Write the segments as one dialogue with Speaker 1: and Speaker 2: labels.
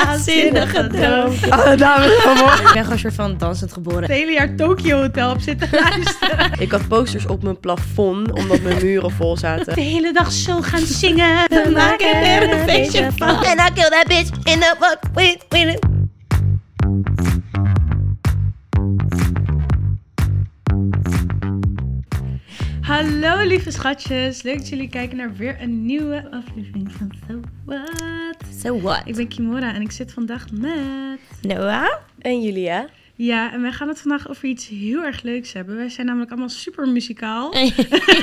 Speaker 1: Waanzinnige droom.
Speaker 2: Alle dames van morgen.
Speaker 1: Ik ben gewoon een soort van dansend geboren.
Speaker 3: Het hele jaar Tokyo Hotel op zitten luisteren.
Speaker 2: Ik had posters op mijn plafond, omdat mijn muren vol zaten.
Speaker 3: De hele dag zo gaan zingen.
Speaker 1: We maken er een feestje
Speaker 3: beetje
Speaker 1: van. En I kill that bitch in the fuck with with it.
Speaker 3: Hallo lieve schatjes. Leuk dat jullie kijken naar weer een nieuwe aflevering van So What.
Speaker 1: So what?
Speaker 3: Ik ben Kimora en ik zit vandaag met...
Speaker 1: Noah?
Speaker 2: En Julia?
Speaker 3: Ja, en wij gaan het vandaag over iets heel erg leuks hebben. Wij zijn namelijk allemaal super muzikaal.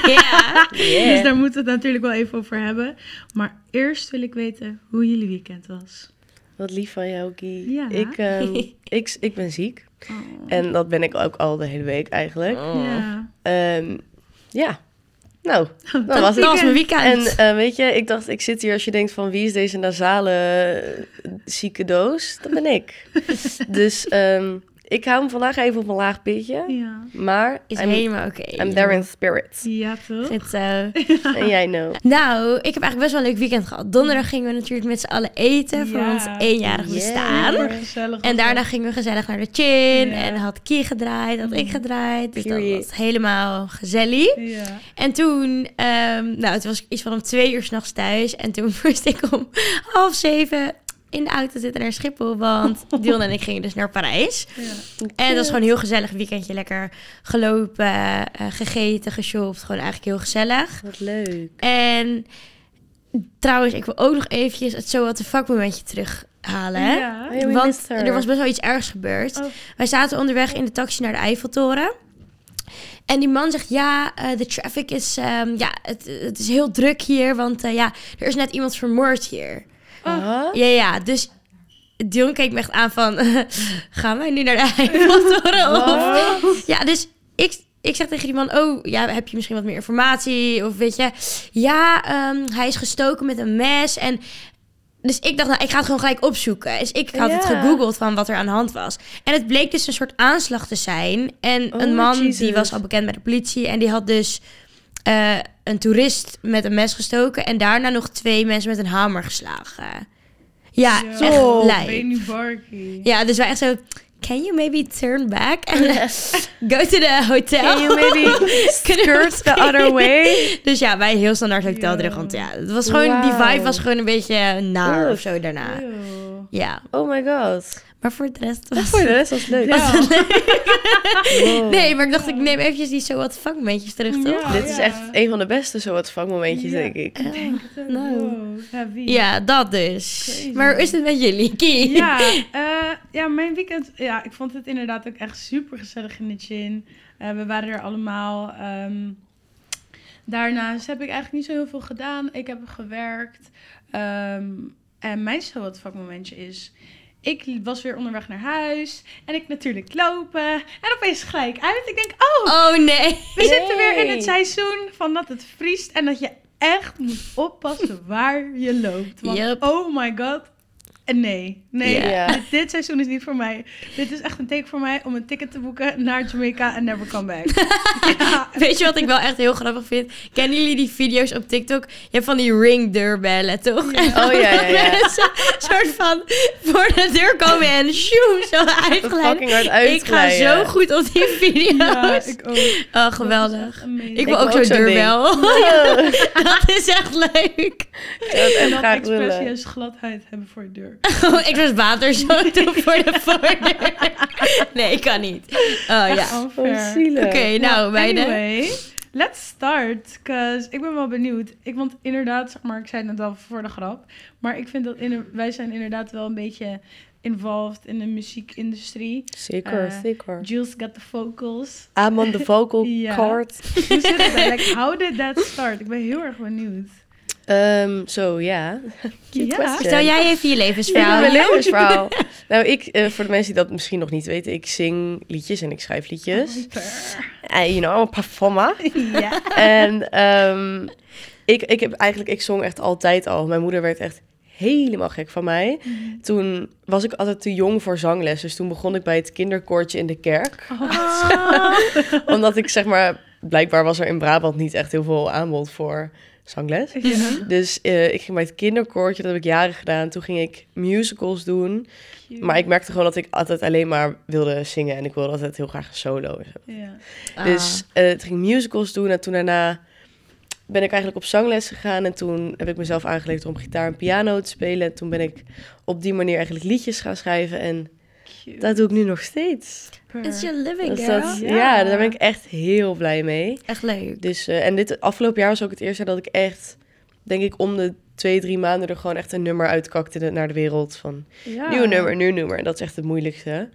Speaker 1: ja.
Speaker 3: Dus daar moeten we het natuurlijk wel even over hebben. Maar eerst wil ik weten hoe jullie weekend was.
Speaker 2: Wat lief van jou, Guy.
Speaker 3: Ja.
Speaker 2: Ik, ehm, ik, ik ben ziek.
Speaker 3: Oh.
Speaker 2: En dat ben ik ook al de hele week eigenlijk.
Speaker 3: Ja.
Speaker 2: Ehm, ja. Nou, dat,
Speaker 3: Dat
Speaker 2: was
Speaker 1: Dat
Speaker 2: het.
Speaker 1: was mijn
Speaker 2: En
Speaker 1: weekend.
Speaker 2: eh, weet je, ik dacht, ik zit hier als je denkt van wie is deze nasale eh, zieke doos? Dat ben ik. dus ehm, ik hou hem vandaag even op een laag pitje.
Speaker 3: Ja.
Speaker 2: Maar
Speaker 1: is
Speaker 2: I'm,
Speaker 1: helemaal oké.
Speaker 2: I'm there in spirit.
Speaker 3: Ja, toch?
Speaker 1: Goed zo.
Speaker 2: En jij know.
Speaker 1: Nou, ik heb eigenlijk best wel een leuk weekend gehad. Donderdag gingen we natuurlijk met z'n allen eten voor
Speaker 3: Ja.
Speaker 1: ons eenjarig
Speaker 2: Yeah.
Speaker 1: bestaan.
Speaker 3: Super gezellig.
Speaker 1: En daarna gingen we gezellig naar de chin.
Speaker 3: Ja.
Speaker 1: En had Kie gedraaid, had ik gedraaid. Dus dat
Speaker 2: Period.
Speaker 1: was helemaal gezellig.
Speaker 3: Ja.
Speaker 1: En toen, ehm, nou, het was iets van om twee uur s'nachts thuis. En toen moest ik om half zeven in de auto zitten naar Schiphol. Want Dion en ik gingen dus naar Parijs.
Speaker 3: ja.
Speaker 1: En dat was gewoon een heel gezellig weekendje. Lekker gelopen, eh, gegeten, geshopt. Gewoon eigenlijk heel gezellig.
Speaker 2: Wat leuk.
Speaker 1: En trouwens, ik wil ook nog eventjes het zo wat de fuck momentje terughalen. hè?
Speaker 3: Ja.
Speaker 2: Oh ja, we
Speaker 1: Want
Speaker 2: missed her.
Speaker 1: er was best wel iets ergs gebeurd.
Speaker 3: Oh.
Speaker 1: Wij zaten onderweg in de taxi naar de Eiffeltoren. En die man zegt, ja, eh, de traffic is, ehm, ja, het, het is heel druk hier, want eh, ja, er is net iemand vermoord hier.
Speaker 2: Huh?
Speaker 1: Ja, ja, dus Dion keek me echt aan van, gaan wij nu naar de Eiffeltoren? Of? Ja, dus ik, ik zeg tegen die man, oh, ja, heb je misschien wat meer informatie? Of weet je, ja, ehm, hij is gestoken met een mes en... Dus ik dacht, nou, ik ga het gewoon gelijk opzoeken. Dus ik had het
Speaker 2: Ja.
Speaker 1: gegoogeld van wat er aan de hand was. En het bleek dus een soort aanslag te zijn. En
Speaker 2: Oh,
Speaker 1: een man
Speaker 2: Jesus.
Speaker 1: die was al bekend bij de politie. En die had dus eh, een toerist met een mes gestoken. En daarna nog twee mensen met een hamer geslagen. Ja,
Speaker 3: Ja.
Speaker 2: Zo,
Speaker 1: echt lijp.
Speaker 3: Benny Barkie.
Speaker 1: Ja, dus wij echt zo... Can you maybe turn back and go to the hotel?
Speaker 2: Can you maybe
Speaker 1: Kunnen we
Speaker 2: skirt the other way?
Speaker 1: Dus ja, wij heel standaard hotel terug. Want ja, het was gewoon, die
Speaker 2: Wauw.
Speaker 1: vibe was gewoon een beetje naar
Speaker 2: Oef.
Speaker 1: of zo daarna.
Speaker 3: Eeuw.
Speaker 1: Ja,
Speaker 2: Oh my god.
Speaker 1: maar voor de rest was
Speaker 2: Voor de rest was het leuk.
Speaker 3: Ja.
Speaker 2: Wow.
Speaker 1: Nee, maar ik dacht, ik neem eventjes die zo wat fuck momentjes terug,
Speaker 3: Ja.
Speaker 1: toch?
Speaker 2: Dit is echt een van de beste zo wat vakmomentjes,
Speaker 3: Ja.
Speaker 2: denk ik.
Speaker 1: Ja. nou.
Speaker 3: Wow, heavy.
Speaker 1: Ja, dat dus.
Speaker 3: Crazy.
Speaker 1: Maar hoe is het met jullie, Kie?
Speaker 3: Ja, eh, ja, mijn weekend. Ja, ik vond het inderdaad ook echt super gezellig in de gin. Eh, we waren er allemaal. ehm. daarnaast heb ik eigenlijk niet zo heel veel gedaan. Ik heb gewerkt. Ehm, en mijn zo wat vakmomentje is. Ik was weer onderweg naar huis. En ik natuurlijk lopen. En opeens gelijk uit. Ik denk, oh,
Speaker 1: Oh nee.
Speaker 3: we zitten weer in
Speaker 2: Yay.
Speaker 3: het seizoen van dat het vriest. En dat je echt moet oppassen waar je loopt. Want
Speaker 1: Yup.
Speaker 3: oh my god. Eh, Nee, nee.
Speaker 1: Ja.
Speaker 2: Ja.
Speaker 3: Dit seizoen is niet voor mij. Dit is echt een teken voor mij om een ticket te boeken naar Jamaica en never come back. ja.
Speaker 1: Weet je wat ik wel echt heel grappig vind? Kennen jullie die video's op TikTok? Je hebt van die ringdeurbellen, toch? En dan
Speaker 2: Oh, ja, ja, ja.
Speaker 1: mensen soort van voor de deur komen en shoem, zo uitglijden.
Speaker 2: Fucking hard
Speaker 1: Ik ga
Speaker 2: uitglijden.
Speaker 1: zo goed op die
Speaker 3: Ja,
Speaker 1: video's.
Speaker 3: ik ook.
Speaker 1: Oh,
Speaker 3: Dat is
Speaker 1: geweldig.
Speaker 3: echt amazing.
Speaker 1: Ik wil ook zo'n
Speaker 2: zo'n
Speaker 1: deurbel.
Speaker 2: Oh, ik
Speaker 1: Dat is echt leuk.
Speaker 2: zou het
Speaker 3: En
Speaker 2: echt
Speaker 3: dan
Speaker 2: graag
Speaker 3: expres
Speaker 2: willen.
Speaker 3: juist gladheid hebben voor je deur.
Speaker 1: Oh, ik was water zo toe voor de voordeur. Nee, ik kan niet. Oh
Speaker 3: Echt
Speaker 1: ja.
Speaker 3: unfair.
Speaker 2: Oh,
Speaker 1: Oké,
Speaker 2: zielig.
Speaker 1: nou, beide.
Speaker 3: Anyway, let's start. Cause ik ben wel benieuwd. Ik want inderdaad, zeg maar ik zei het net al voor de grap. Maar ik vind dat in, wij zijn inderdaad wel een beetje involved in de muziekindustrie.
Speaker 2: Zeker,
Speaker 3: Eh,
Speaker 2: zeker.
Speaker 3: Jules got the vocals.
Speaker 2: I'm on the vocal
Speaker 3: Ja.
Speaker 2: card.
Speaker 3: Hoe zit het? daar? Like, how did that start? Ik ben heel erg benieuwd.
Speaker 2: Ehm, zo, ja.
Speaker 3: Ja.
Speaker 2: question.
Speaker 1: Vertel jij even je
Speaker 2: Ja,
Speaker 1: levensverhaal.
Speaker 2: mijn levensverhaal. nou, ik, eh, voor de mensen die dat misschien nog niet weten, ik zing liedjes en ik schrijf liedjes.
Speaker 3: Oh.
Speaker 2: En, you know, I'm a performer.
Speaker 3: Ja.
Speaker 2: en ehm, ik, ik heb eigenlijk, ik zong echt altijd al. Mijn moeder werd echt helemaal gek van mij. Toen was ik altijd te jong voor zangles. Dus toen begon ik bij het kinderkoortje in de kerk.
Speaker 3: Oh.
Speaker 2: Omdat ik zeg maar, blijkbaar was er in Brabant niet echt heel veel aanbod voor zangles.
Speaker 3: Ja.
Speaker 2: Dus eh, ik ging bij het kinderkoortje, dat heb ik jaren gedaan. Toen ging ik musicals doen. Maar ik merkte gewoon dat ik altijd alleen maar wilde zingen. En ik wilde altijd heel graag solo. en zo.
Speaker 3: Ja.
Speaker 1: Ah.
Speaker 2: Dus eh toen ging ik musicals doen. En toen daarna ben ik eigenlijk op zangles gegaan. En toen heb ik mezelf aangeleerd om gitaar en piano te spelen. En toen ben ik op die manier eigenlijk liedjes gaan schrijven. En
Speaker 3: Cute.
Speaker 2: dat doe ik nu nog steeds.
Speaker 1: It's your living,
Speaker 2: Dus
Speaker 1: girl.
Speaker 2: dat,
Speaker 3: Ja.
Speaker 2: ja, daar ben ik echt heel blij mee.
Speaker 1: Echt leuk.
Speaker 2: Dus, eh, en dit afgelopen jaar was ook het eerste jaar dat ik echt, denk ik, om de twee, drie maanden er gewoon echt een nummer uitkakte de- naar de wereld. Van
Speaker 3: Ja.
Speaker 2: nieuw nummer, nieuw nummer. En dat is echt het moeilijkste.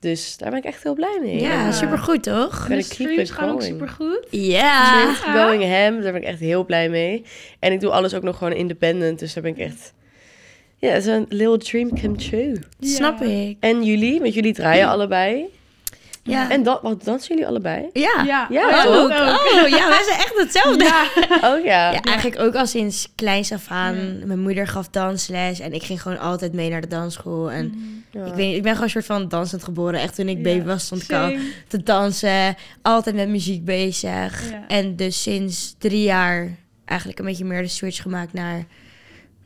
Speaker 2: Dus daar ben ik echt heel blij mee.
Speaker 1: Ja,
Speaker 3: Ja.
Speaker 1: supergoed, toch?
Speaker 3: En de
Speaker 2: ik keep
Speaker 3: streams
Speaker 2: it
Speaker 3: gaan ook
Speaker 2: going.
Speaker 3: supergoed.
Speaker 1: Ja.
Speaker 3: Ah.
Speaker 2: Keep Going ham, daar ben ik echt heel blij mee. En ik doe alles ook nog gewoon independent. Dus daar ben ik echt. Ja, het is een little dream come true.
Speaker 3: Ja.
Speaker 1: Snap ik.
Speaker 2: En jullie, want jullie draaien allebei.
Speaker 1: Ja.
Speaker 2: En dan, wat dansen jullie allebei?
Speaker 1: ja.
Speaker 3: Ja,
Speaker 2: Ja,
Speaker 1: Oh,
Speaker 3: dat
Speaker 1: ook.
Speaker 3: ook.
Speaker 1: Oh, ja, wij zijn echt hetzelfde.
Speaker 3: Ja.
Speaker 2: Oh ja.
Speaker 1: Ja, eigenlijk ook al sinds kleins af aan.
Speaker 3: Ja.
Speaker 1: Mijn moeder gaf dansles en ik ging gewoon altijd mee naar de dansschool. En
Speaker 3: Mhm.
Speaker 2: Ja.
Speaker 1: ik, weet, niet, ik ben gewoon een soort van dansend geboren. Echt toen ik
Speaker 3: Ja.
Speaker 1: baby was stond ik al
Speaker 3: Same.
Speaker 1: te dansen. Altijd met muziek bezig.
Speaker 3: Ja.
Speaker 1: En dus sinds drie jaar eigenlijk een beetje meer de switch gemaakt naar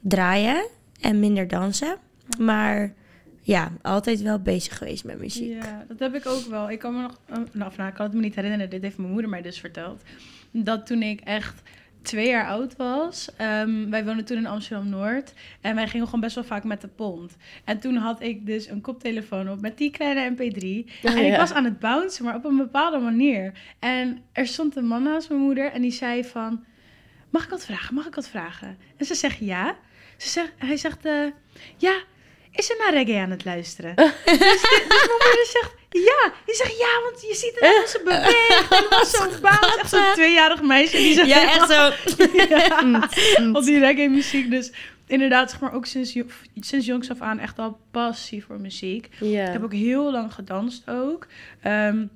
Speaker 1: draaien en minder dansen. Maar ja, altijd wel bezig geweest met muziek.
Speaker 3: Ja, dat heb ik ook wel. Ik kan me nog, eh, nou, of nou, ik kan het me niet herinneren. Dit heeft mijn moeder mij dus verteld. Dat toen ik echt twee jaar oud was, ehm, wij woonden toen in Amsterdam Noord en wij gingen gewoon best wel vaak met de pont. En toen had ik dus een koptelefoon op met die kleine MP3 en ik
Speaker 2: Ja.
Speaker 3: was aan het bouncen, maar op een bepaalde manier. En er stond een man naast mijn moeder en die zei van, mag ik wat vragen? Mag ik wat vragen? En ze zegt ja. Ze zegt, hij zegt, eh, ja, is ze naar reggae aan het luisteren? dus, de- dus mijn moeder zegt, ja. Die zegt, ja, want je ziet het aan ze beweegt. En was zo'n baan. Echt zo'n tweejarig meisje. Die zo
Speaker 1: Ja, echt zo.
Speaker 3: ja, op die reggae muziek. Dus inderdaad, zeg maar, ook sinds, jo- sinds jongs af aan echt al passie voor muziek.
Speaker 2: Ja.
Speaker 3: Ik heb ook heel lang gedanst ook. Ehm,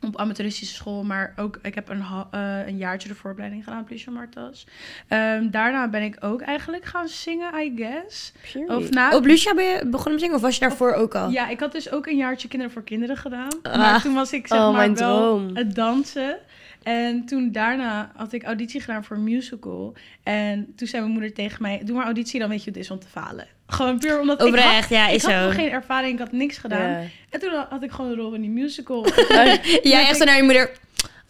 Speaker 3: op amateuristische school, maar ook ik heb een, ha- eh, een jaartje de vooropleiding gedaan, Plisje Martas. Ehm, daarna ben ik ook eigenlijk gaan zingen, I guess.
Speaker 2: Period.
Speaker 3: Of na,
Speaker 1: Op Lucia ben je begonnen met zingen of was je daarvoor ook al?
Speaker 3: ja, ik had dus ook een jaartje Kinderen voor Kinderen gedaan.
Speaker 1: Oh. Ah.
Speaker 3: Maar toen was ik zeg
Speaker 2: Oh,
Speaker 3: maar
Speaker 2: mijn
Speaker 3: wel
Speaker 2: droom.
Speaker 3: het dansen. En toen daarna had ik auditie gedaan voor een musical. En toen zei mijn moeder tegen mij, doe maar auditie, dan weet je hoe het is om te falen. Gewoon puur omdat ik had,
Speaker 1: Oprecht, ja,
Speaker 3: ik
Speaker 1: is
Speaker 3: had
Speaker 1: zo.
Speaker 3: nog geen ervaring, ik had niks gedaan.
Speaker 2: Ja.
Speaker 3: En toen had ik gewoon een rol in die musical.
Speaker 1: Ja, echt zo naar je moeder.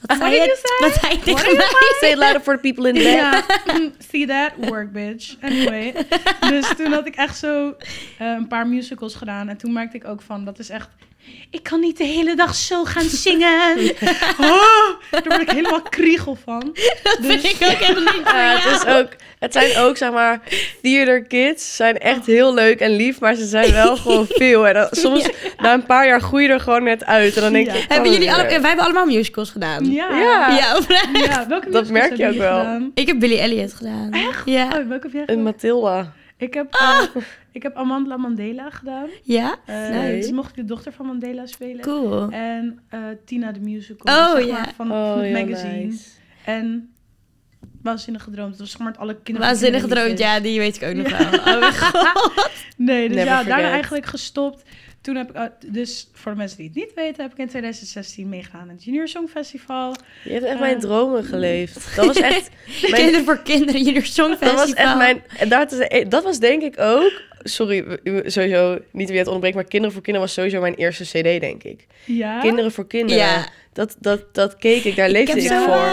Speaker 1: Wat zei
Speaker 3: did
Speaker 1: je? Wat zei je tegen mij?
Speaker 2: Say it louder for the people in the back.
Speaker 3: ja, see that? Work, bitch. Anyway. Dus toen had ik echt zo eh, een paar musicals gedaan. En toen merkte ik ook van, dat is echt... Ik kan niet de hele dag zo gaan zingen. Oh, daar word ik helemaal kriegel van. Dus
Speaker 1: Vind ik ook helemaal niet.
Speaker 2: Ja,
Speaker 3: Oh,
Speaker 2: het, is ook, het zijn ook, zeg maar, theater kids zijn echt heel leuk en lief, maar ze zijn wel gewoon veel. En dan- soms na een paar jaar groei je er gewoon net uit. En dan denk ik, oh,
Speaker 3: Ja.
Speaker 2: ik kan
Speaker 1: Hebben
Speaker 2: het
Speaker 1: jullie alle,
Speaker 2: niet meer.
Speaker 1: wij hebben allemaal musicals gedaan.
Speaker 3: Ja.
Speaker 2: Ja.
Speaker 1: Ja, oprecht.
Speaker 3: Ja, welke
Speaker 2: Dat
Speaker 3: musicals
Speaker 2: merk je
Speaker 3: hebben
Speaker 2: ook
Speaker 3: jullie
Speaker 2: wel.
Speaker 3: gedaan?
Speaker 1: Ik heb Billy Elliot gedaan. Echt? Ja. Ah.
Speaker 3: Oh, welke heb jij
Speaker 2: Een
Speaker 3: gedaan?
Speaker 2: Matilda.
Speaker 3: Ik heb, eh, ik heb Amandla Mandela gedaan.
Speaker 1: Ja?
Speaker 3: Eh,
Speaker 2: Nice.
Speaker 3: Dus mocht ik de dochter van Mandela spelen.
Speaker 1: Cool.
Speaker 3: En eh, Tina de musical.
Speaker 1: Oh,
Speaker 3: zeg
Speaker 1: ja.
Speaker 3: maar, van,
Speaker 2: Oh,
Speaker 3: van het
Speaker 2: heel
Speaker 3: magazine.
Speaker 2: nice.
Speaker 3: En waanzinnig gedroomd. Dat was zeg maar het alle kinderen.
Speaker 1: Waanzinnig gedroomd, ja, die weet ik ook nog wel. Oh, mijn god.
Speaker 3: Nee, dus
Speaker 2: Never
Speaker 3: ja, daarna
Speaker 2: forget.
Speaker 3: eigenlijk gestopt. Toen heb ik, eh, dus voor de mensen die het niet weten, heb ik in 2016 meegedaan aan het Junior Song Festival.
Speaker 2: Je hebt echt
Speaker 3: Eh.
Speaker 2: mijn dromen geleefd. Dat was echt mijn
Speaker 1: Kinderen voor kinderen, Junior Songfestival.
Speaker 2: Dat was echt mijn. en daar te- Dat was denk ik ook. Sorry, we- we- sowieso niet wie het onderbreekt, maar Kinderen voor Kinderen was sowieso mijn eerste CD, denk ik.
Speaker 3: Ja.
Speaker 2: Kinderen voor Kinderen.
Speaker 1: Ja.
Speaker 2: Dat, dat, dat keek ik, daar leefde
Speaker 1: heb
Speaker 2: ik,
Speaker 1: zo
Speaker 2: voor.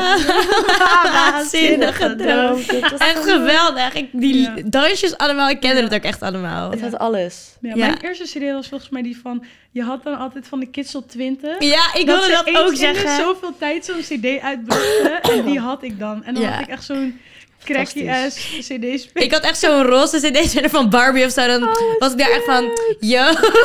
Speaker 1: waanzinnig gedroomd.
Speaker 2: Dat was
Speaker 1: Echt geweldig. Ik, die
Speaker 3: Ja.
Speaker 1: dansjes allemaal, ik kende het ook echt allemaal.
Speaker 2: Het had alles.
Speaker 3: Ja,
Speaker 1: Ja.
Speaker 3: Mijn eerste CD was volgens mij die van, je had dan altijd van de Kids op 20.
Speaker 1: Ja, ik wilde
Speaker 3: ze
Speaker 1: dat,
Speaker 3: eens in
Speaker 1: ook
Speaker 3: de
Speaker 1: zeggen.
Speaker 3: zoveel tijd zo'n CD uitbrachten en die had ik dan. En dan
Speaker 1: Ja.
Speaker 3: had ik echt zo'n cracky ass CD spelen.
Speaker 1: Ik had echt zo'n roze cd zijn van Barbie of zo. Dan was ik daar echt van, yo.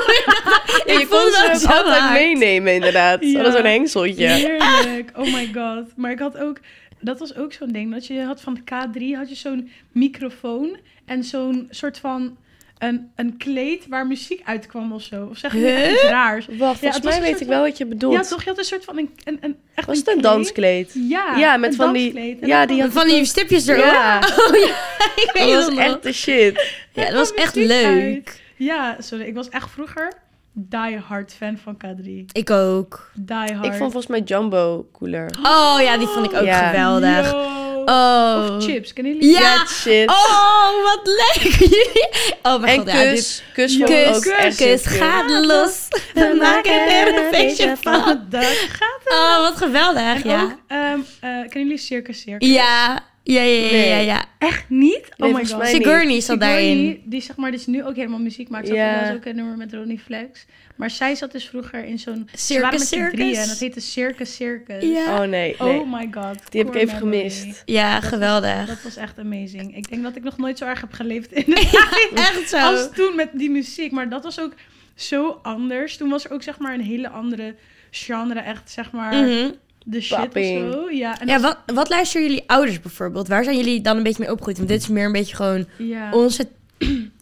Speaker 2: Ja, je
Speaker 1: ik
Speaker 2: kon
Speaker 1: voelde
Speaker 2: ze
Speaker 1: dat
Speaker 2: ook
Speaker 1: zo
Speaker 2: altijd
Speaker 1: hard.
Speaker 2: meenemen, inderdaad.
Speaker 3: Ja.
Speaker 2: Ze hadden zo'n hengseltje.
Speaker 3: Heerlijk. Oh my god. Maar ik had ook... Dat was ook zo'n ding. Dat je had van de K3 had je zo'n microfoon. En zo'n soort van... Een, een kleed waar muziek uitkwam of zo. Of zeg je
Speaker 1: Huh?
Speaker 3: iets raars.
Speaker 2: Wacht,
Speaker 3: Ja,
Speaker 2: volgens
Speaker 3: het was
Speaker 2: mij
Speaker 3: een
Speaker 2: weet
Speaker 3: soort
Speaker 2: ik wel wat je bedoelt.
Speaker 3: Ja, toch? Je had een soort van... Een, een, een, echt
Speaker 2: Was het een
Speaker 3: kleed?
Speaker 2: danskleed?
Speaker 3: Ja,
Speaker 2: Ja, met
Speaker 3: een
Speaker 2: van die-
Speaker 3: danskleed. En
Speaker 2: ja,
Speaker 3: dan
Speaker 2: die
Speaker 3: kwam
Speaker 1: Van die stipjes erop.
Speaker 2: Ja,
Speaker 1: Oh ja, ik weet het
Speaker 2: dat was
Speaker 1: nog.
Speaker 2: echt de shit.
Speaker 1: Ja, dat was
Speaker 3: kwam
Speaker 1: echt
Speaker 3: muziek
Speaker 1: leuk.
Speaker 3: uit. Ja, sorry. Ik was echt vroeger die hard fan van K3. Die
Speaker 1: Ik ook.
Speaker 2: Ik
Speaker 3: hard.
Speaker 2: vond volgens mij Jumbo cooler.
Speaker 1: Oh ja, die vond ik ook
Speaker 2: Ja.
Speaker 1: geweldig.
Speaker 3: Yo.
Speaker 1: Oh.
Speaker 3: Of chips, kennen jullie?
Speaker 1: Ja.
Speaker 2: Ja, shit.
Speaker 1: Oh, wat leuk. Jullie- oh mijn
Speaker 2: en
Speaker 1: god, ja, dit-
Speaker 2: kus. Kus van
Speaker 1: Kus,
Speaker 2: ook echt
Speaker 1: kus,
Speaker 2: zo cute.
Speaker 1: gaat los. We maken er een feestje van.
Speaker 3: Dat gaat.
Speaker 1: Oh, wat geweldig,
Speaker 3: En
Speaker 1: ja.
Speaker 3: ook, ehm, eh, kennen jullie Circus Circus?
Speaker 1: Ja, ja, ja, ja, ja. ja.
Speaker 3: Echt niet? Oh my
Speaker 2: volgens
Speaker 3: god.
Speaker 2: mij niet.
Speaker 1: Sigourney zat daarin.
Speaker 3: Sigourney, die zeg maar, dus nu ook helemaal muziek maakt.
Speaker 2: Ja.
Speaker 3: Ja. Dat is ook een nummer met Ronnie Flex. Maar zij zat dus vroeger in zo'n... ze
Speaker 1: Circus
Speaker 3: waren met z'n
Speaker 1: Circus?
Speaker 3: drieën en dat heette Circus Circus.
Speaker 1: Ja,
Speaker 2: Oh nee,
Speaker 3: Oh
Speaker 2: nee.
Speaker 3: my god.
Speaker 2: Die heb ik
Speaker 3: core
Speaker 2: even
Speaker 3: memory.
Speaker 2: gemist.
Speaker 1: ja
Speaker 3: was-
Speaker 1: geweldig.
Speaker 3: Dat was echt amazing. Ik denk dat ik nog nooit zo erg heb geleefd in de
Speaker 1: Echt zo.
Speaker 3: als toen met die muziek. Maar dat was ook zo anders. Toen was er ook zeg maar een hele andere genre. Echt zeg maar
Speaker 1: Mhm.
Speaker 3: de shit
Speaker 2: Popping.
Speaker 3: of zo. Ja, en
Speaker 1: Ja,
Speaker 3: dat-
Speaker 1: wat, wat luisteren jullie ouders bijvoorbeeld? Waar zijn jullie dan een beetje mee opgegroeid? Want dit is meer een beetje gewoon
Speaker 3: ja.
Speaker 1: onze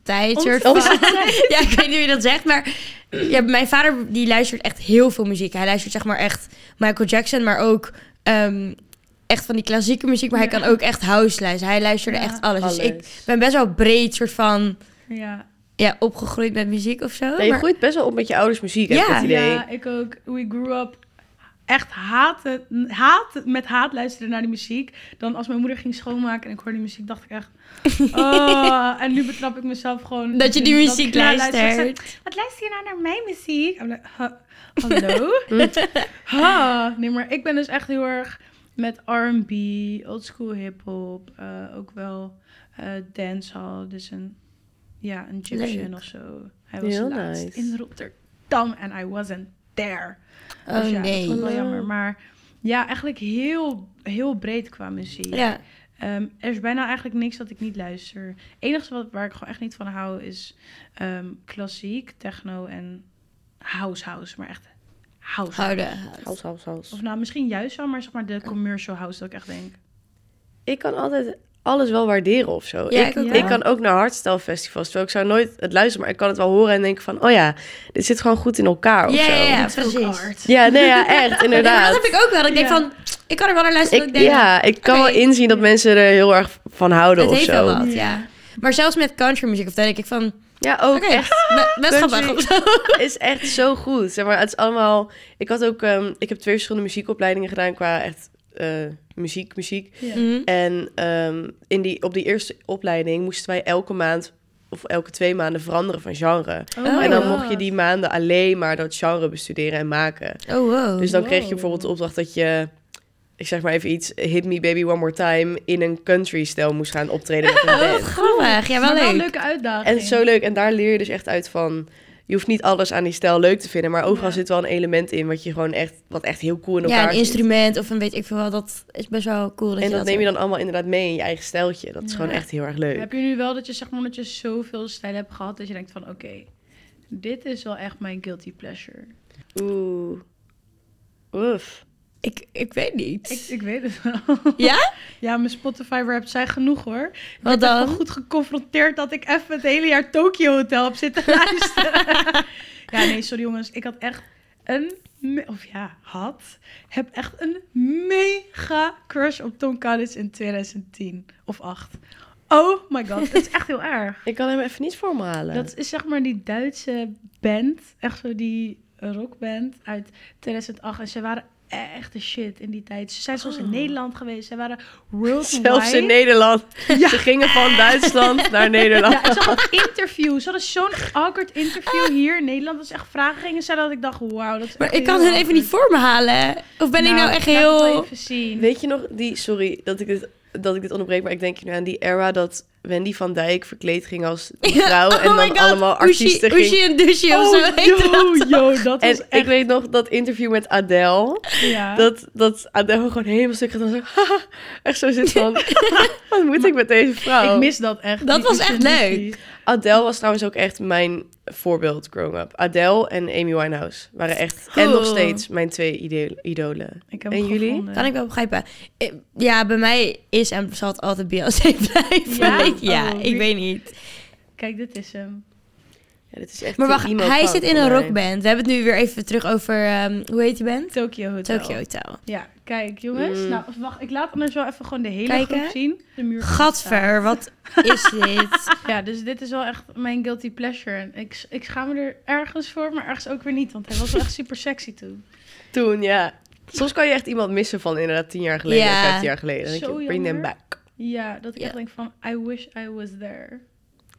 Speaker 1: tijd.
Speaker 3: Onze
Speaker 1: soort van. ja, ik weet niet hoe je dat zegt, maar ja, mijn vader die luistert echt heel veel muziek. Hij luistert zeg maar echt Michael Jackson, maar ook ehm, echt van die klassieke muziek. Maar hij
Speaker 3: Ja.
Speaker 1: kan ook echt house luisteren. Hij luisterde
Speaker 3: Ja,
Speaker 1: echt alles.
Speaker 2: Alles.
Speaker 1: Dus ik ben best wel breed soort van
Speaker 3: ja.
Speaker 1: ja, opgegroeid met muziek of zo.
Speaker 2: Nee, je
Speaker 1: maar-
Speaker 2: groeit best wel op met je ouders muziek, heb
Speaker 1: Ja.
Speaker 2: ik het idee.
Speaker 3: Ja, ik ook. We grew up echt haten, haat, met haat luisteren naar die muziek. Dan als mijn moeder ging schoonmaken en ik hoorde die muziek, dacht ik echt... Oh, en nu betrap ik mezelf gewoon...
Speaker 1: dat je die
Speaker 3: ik-
Speaker 1: muziek
Speaker 3: ik naar luister. Ik zeg,
Speaker 1: luistert.
Speaker 3: Wat luister je nou naar mijn muziek? I'm like, ha- hallo? ha. Nee, maar ik ben dus echt heel erg met R&B, oldschool hip-hop, eh, ook wel eh dancehall, dus een, ja, een Egyptian
Speaker 1: Leuk.
Speaker 3: of zo. Hij was
Speaker 2: Heel
Speaker 3: laatst
Speaker 2: nice.
Speaker 3: in Rotterdam en I wasn't there.
Speaker 1: Oh
Speaker 3: Dus ja, dat
Speaker 1: nee.
Speaker 3: was wel jammer, maar ja, eigenlijk heel, heel breed qua muziek.
Speaker 1: Ja,
Speaker 3: Ehm, er is bijna eigenlijk niks dat ik niet luister. Het enige wat, waar ik gewoon echt niet van hou is ehm, klassiek, techno en house house. Maar echt house.
Speaker 1: houden.
Speaker 2: House, house, house.
Speaker 3: Of nou, misschien juist wel, maar zeg maar de commercial house dat ik echt denk.
Speaker 2: Ik kan altijd alles wel waarderen of zo.
Speaker 1: Ja,
Speaker 2: Oh, ik,
Speaker 1: ik ook
Speaker 2: ik
Speaker 1: wel.
Speaker 2: kan ook naar hardstyle festivals. Terwijl ik zou nooit het luisteren, maar ik kan het wel horen en denken van... Oh ja, dit zit gewoon goed in elkaar of
Speaker 1: Ja,
Speaker 2: zo.
Speaker 1: ja, ja,
Speaker 3: Dat is ook
Speaker 1: precies.
Speaker 3: art.
Speaker 2: Ja, nee, ja, echt,
Speaker 1: Ja, maar
Speaker 2: inderdaad.
Speaker 1: dat heb ik ook wel. Dat ik denk
Speaker 3: Ja.
Speaker 1: van, ik kan er wel naar luisteren.
Speaker 2: Ik,
Speaker 1: dat ik denk,
Speaker 2: ja, ik kan
Speaker 1: oké.
Speaker 2: wel inzien dat mensen er heel erg van houden
Speaker 1: het
Speaker 2: of
Speaker 1: heeft
Speaker 2: zo.
Speaker 1: wel wat, ja.
Speaker 3: Ja.
Speaker 1: Maar zelfs met countrymuziek of dan denk ik van, oké,
Speaker 2: Ja, ook Oh, echt.
Speaker 1: be- best
Speaker 2: country.
Speaker 1: grappig of zo.
Speaker 2: is echt zo goed. Zeg maar, het is allemaal... Ik had ook... ehm, ik heb twee verschillende muziekopleidingen gedaan qua echt eh, muziek, muziek.
Speaker 3: Ja.
Speaker 1: Mhm.
Speaker 2: En ehm, in die, op die eerste opleiding moesten wij elke maand of elke twee maanden veranderen van genre.
Speaker 3: Oh my
Speaker 2: en dan
Speaker 1: God.
Speaker 2: mocht je die maanden alleen maar dat genre bestuderen en maken.
Speaker 1: Oh, wow.
Speaker 2: dus dan kreeg je
Speaker 3: wow.
Speaker 2: bijvoorbeeld de opdracht dat je, ik zeg maar even iets, Hit Me Baby One More Time in een country-stijl moest gaan optreden met
Speaker 3: Oh.
Speaker 2: een band.
Speaker 1: grappig. Ja, wel
Speaker 3: Maar wel een
Speaker 1: leuk.
Speaker 3: leuke uitdaging.
Speaker 2: En het is zo leuk. En daar leer je dus echt uit van, je hoeft niet alles aan die stijl leuk te vinden, maar overal
Speaker 3: Ja.
Speaker 2: zit wel een element in wat je gewoon echt, wat echt heel cool in elkaar
Speaker 1: Ja, een
Speaker 2: zit.
Speaker 1: instrument of een weet ik veel wat. Dat is best wel cool. Dat
Speaker 2: En
Speaker 1: je
Speaker 2: dat neem je dan allemaal inderdaad mee in je eigen stijltje. Dat is
Speaker 3: Ja.
Speaker 2: gewoon echt heel erg leuk.
Speaker 3: Heb je nu wel dat je zeg maar dat je zoveel stijlen hebt gehad dat je denkt van oké, dit is wel echt mijn guilty pleasure.
Speaker 2: Oeh. Oef.
Speaker 1: Ik, ik weet niet.
Speaker 3: Ik, ik weet het wel.
Speaker 1: Ja?
Speaker 3: Ja, mijn Spotify raps zijn genoeg hoor. Ik
Speaker 1: Wat
Speaker 3: werd echt wel
Speaker 1: dan?
Speaker 3: goed geconfronteerd dat ik even het hele jaar Tokyo Hotel heb zitten luisteren. ja, nee, sorry jongens. Ik had echt een, me- of ja, had, heb echt een mega crush op Tom Collins in 2010 of 8. Oh my god, dat is echt heel erg.
Speaker 2: Ik kan hem even niet voor me halen.
Speaker 3: Dat is zeg maar die Duitse band, echt zo die rockband uit 2008. En ze waren echt de shit in die tijd. Ze zijn soms in Nederland geweest, ze waren worldwide.
Speaker 2: Zelfs in Nederland. Ze gingen van Duitsland naar Nederland.
Speaker 3: Ja, en ze hadden interviews. Ze hadden zo'n awkward interview hier in Nederland. Dat ze echt vragen gingen stellen dat ik dacht, wauw. Dat is
Speaker 1: Ah. maar
Speaker 3: echt
Speaker 1: ik kan
Speaker 3: heel
Speaker 1: hun even niet voor me halen. Of ben ik nou echt
Speaker 3: laat het wel
Speaker 1: heel...
Speaker 3: even zien.
Speaker 2: Weet je nog, die, sorry dat ik, dit, dat ik dit onderbreek, maar ik denk nu aan die era dat Wendy van Dijk verkleed ging als vrouw.
Speaker 1: Oh
Speaker 2: en dan allemaal artiesten
Speaker 1: Oeshi,
Speaker 2: ging.
Speaker 1: Oeshi en douche of zo. heet
Speaker 3: Oh,
Speaker 1: dat.
Speaker 3: yo, yo, dat
Speaker 2: En
Speaker 3: was
Speaker 2: ik
Speaker 3: echt...
Speaker 2: weet nog dat interview met Adele.
Speaker 3: ja.
Speaker 2: Dat, dat Adele gewoon helemaal stuk gaat en zo, haha, echt zo zit van, wat moet ik met deze vrouw?
Speaker 3: Ik mis dat echt.
Speaker 1: oh. Dat
Speaker 3: Die
Speaker 1: was echt
Speaker 3: opportunity.
Speaker 1: leuk.
Speaker 2: Adele was trouwens ook echt mijn voorbeeld growing up. Adele en Amy Winehouse waren echt, en nog
Speaker 1: Cool.
Speaker 2: steeds, mijn twee ide- idolen.
Speaker 3: Ik heb
Speaker 2: En
Speaker 3: hem
Speaker 2: jullie?
Speaker 3: gevonden.
Speaker 1: Kan ik wel begrijpen. Eh, Ja, bij mij is en zal het altijd Beyoncé blijven. Ja,
Speaker 3: Ja? Oh,
Speaker 1: ik
Speaker 3: wie-
Speaker 1: weet niet.
Speaker 3: Kijk, dit is hem.
Speaker 2: Ja, dit is echt
Speaker 1: Maar
Speaker 2: een
Speaker 1: wacht,
Speaker 2: emo
Speaker 1: hij
Speaker 2: punk
Speaker 1: zit in
Speaker 2: voor
Speaker 1: een
Speaker 2: mij.
Speaker 1: rockband. We hebben het nu weer even terug over, ehm, hoe heet die band?
Speaker 3: Tokyo Hotel.
Speaker 1: Tokyo Hotel.
Speaker 3: Ja, kijk jongens.
Speaker 2: Mm.
Speaker 3: Nou, wacht, ik laat anders wel even gewoon de hele
Speaker 1: Kijken.
Speaker 3: groep zien. De muur komt staan.
Speaker 1: Gadver, wat is dit?
Speaker 3: Ja, dus dit is wel echt mijn guilty pleasure. En Ik, ik schaam me er ergens voor, maar ergens ook weer niet. Want hij was wel echt super sexy toen.
Speaker 2: Toen, ja. Soms kan je echt iemand missen van inderdaad tien jaar geleden
Speaker 1: Ja.
Speaker 2: of vijftien jaar geleden. Dan denk
Speaker 3: Zo
Speaker 2: je, bring them
Speaker 3: jammer.
Speaker 2: back.
Speaker 3: Ja, dat ik
Speaker 1: Ja.
Speaker 3: echt denk van, I wish I was there.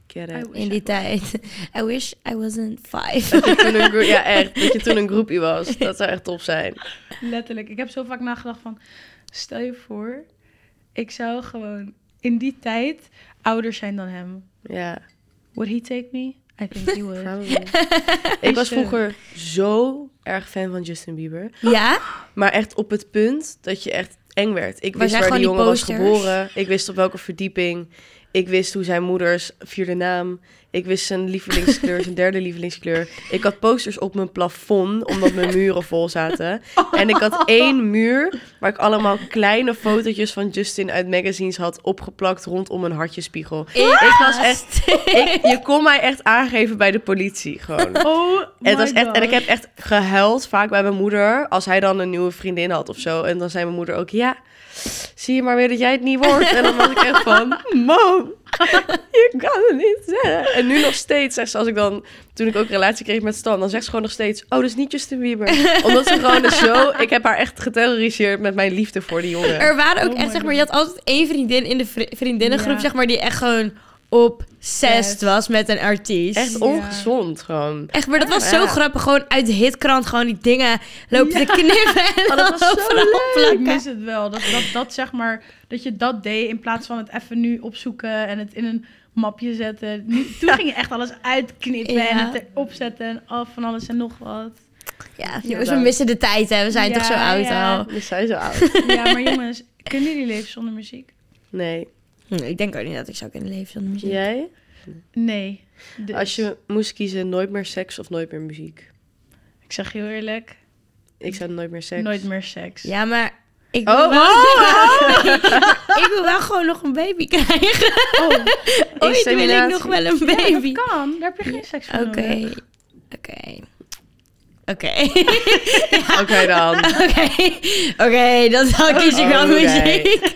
Speaker 2: Get
Speaker 3: I
Speaker 2: it.
Speaker 3: wish
Speaker 1: in
Speaker 3: I
Speaker 1: die
Speaker 3: was-
Speaker 1: tijd. I wish I wasn't five.
Speaker 2: Dat je toen een gro- ja, echt. Dat je toen een groepie was. Dat zou echt top zijn.
Speaker 3: Letterlijk. Ik heb zo vaak nagedacht van, stel je voor, ik zou gewoon in die tijd ouder zijn dan hem.
Speaker 2: Ja,
Speaker 3: Would he take me? I think he would.
Speaker 2: probably. Ik was
Speaker 3: Is, eh,
Speaker 2: vroeger zo erg fan van Justin Bieber.
Speaker 1: ja?
Speaker 2: Maar echt op het punt dat je echt eng werd. Ik
Speaker 1: Waar
Speaker 2: wist
Speaker 1: zijn
Speaker 2: waar die
Speaker 1: gewoon die
Speaker 2: jongen was
Speaker 1: posters.
Speaker 2: geboren. Ik wist op welke verdieping. Ik wist hoe zijn moeders vierde naam. Ik wist zijn lievelingskleur, zijn derde lievelingskleur. Ik had posters op mijn plafond, omdat mijn muren vol zaten. En ik had één muur waar ik allemaal kleine fotootjes van Justin uit magazines had opgeplakt rondom een hartjespiegel. Ik was echt... Ik, je kon mij echt aangeven bij de politie, gewoon.
Speaker 3: Oh my
Speaker 2: Het was echt, en ik
Speaker 3: God.
Speaker 2: heb echt gehuild vaak bij mijn moeder. Als hij dan een nieuwe vriendin had of zo. En dan zei mijn moeder ook: Ja, zie je maar weer dat jij het niet wordt. En dan was ik echt van: Mam, je kan het niet zeggen. En nu nog steeds zegt ze: Als ik dan, toen ik ook een relatie kreeg met Stan, dan zegt ze gewoon nog steeds: Oh, dat is niet Justin Bieber. Omdat ze gewoon is zo. Ik heb haar echt geterroriseerd met mijn liefde voor die jongen.
Speaker 1: Er waren ook
Speaker 3: Oh
Speaker 1: echt,
Speaker 3: my
Speaker 1: zeg maar, je had altijd één vriendin in de vri- vriendinnengroep,
Speaker 3: Ja.
Speaker 1: zeg maar, die echt gewoon obsessed
Speaker 3: Yes.
Speaker 1: was met een artiest.
Speaker 2: Echt
Speaker 3: Ja.
Speaker 2: ongezond gewoon.
Speaker 1: Echt, maar dat was
Speaker 2: Ja.
Speaker 1: zo grappig. Gewoon uit de hitkrant gewoon die dingen lopen te knippen en
Speaker 2: Oh, dat was
Speaker 1: dan
Speaker 2: zo
Speaker 1: overal
Speaker 3: Ik
Speaker 1: plakken.
Speaker 3: mis het wel. Dat, dat, dat zeg maar, dat je dat deed in plaats van het even nu opzoeken en het in een mapje zetten. Nu, toen ging je echt alles uitknippen en
Speaker 1: Ja.
Speaker 3: het erop zetten en af van alles en nog wat.
Speaker 1: Ja,
Speaker 3: Ja,
Speaker 1: jongens, we
Speaker 2: dat-
Speaker 1: missen de tijd, hè. We zijn
Speaker 3: Ja,
Speaker 1: toch zo oud
Speaker 3: ja.
Speaker 1: al.
Speaker 2: Is zij zo oud?
Speaker 3: Ja, maar jongens, kunnen jullie leven zonder muziek?
Speaker 2: Nee.
Speaker 1: Hm, ik denk ook niet dat ik zou kunnen leven zonder muziek.
Speaker 2: Jij?
Speaker 3: Nee. Dus,
Speaker 2: Als je moest kiezen: nooit meer seks of nooit meer muziek?
Speaker 3: Ik zeg heel eerlijk,
Speaker 2: Ik zou nooit meer seks.
Speaker 3: nooit meer seks.
Speaker 1: Ja, maar ik wil,
Speaker 2: Oh,
Speaker 1: wel,
Speaker 2: oh,
Speaker 1: ik wil wel gewoon nog een baby krijgen.
Speaker 2: oh.
Speaker 1: Ooit wil ik
Speaker 2: Inseminatie.
Speaker 1: nog wel een
Speaker 3: Ja, dat
Speaker 1: baby.
Speaker 3: kan. Daar heb je geen seks voor nodig.
Speaker 1: Oké. Oké. Oké.
Speaker 2: Oké dan.
Speaker 1: Oké. Oké, dan zal ik kies ik wel
Speaker 3: Oh,
Speaker 2: Oké.
Speaker 1: muziek.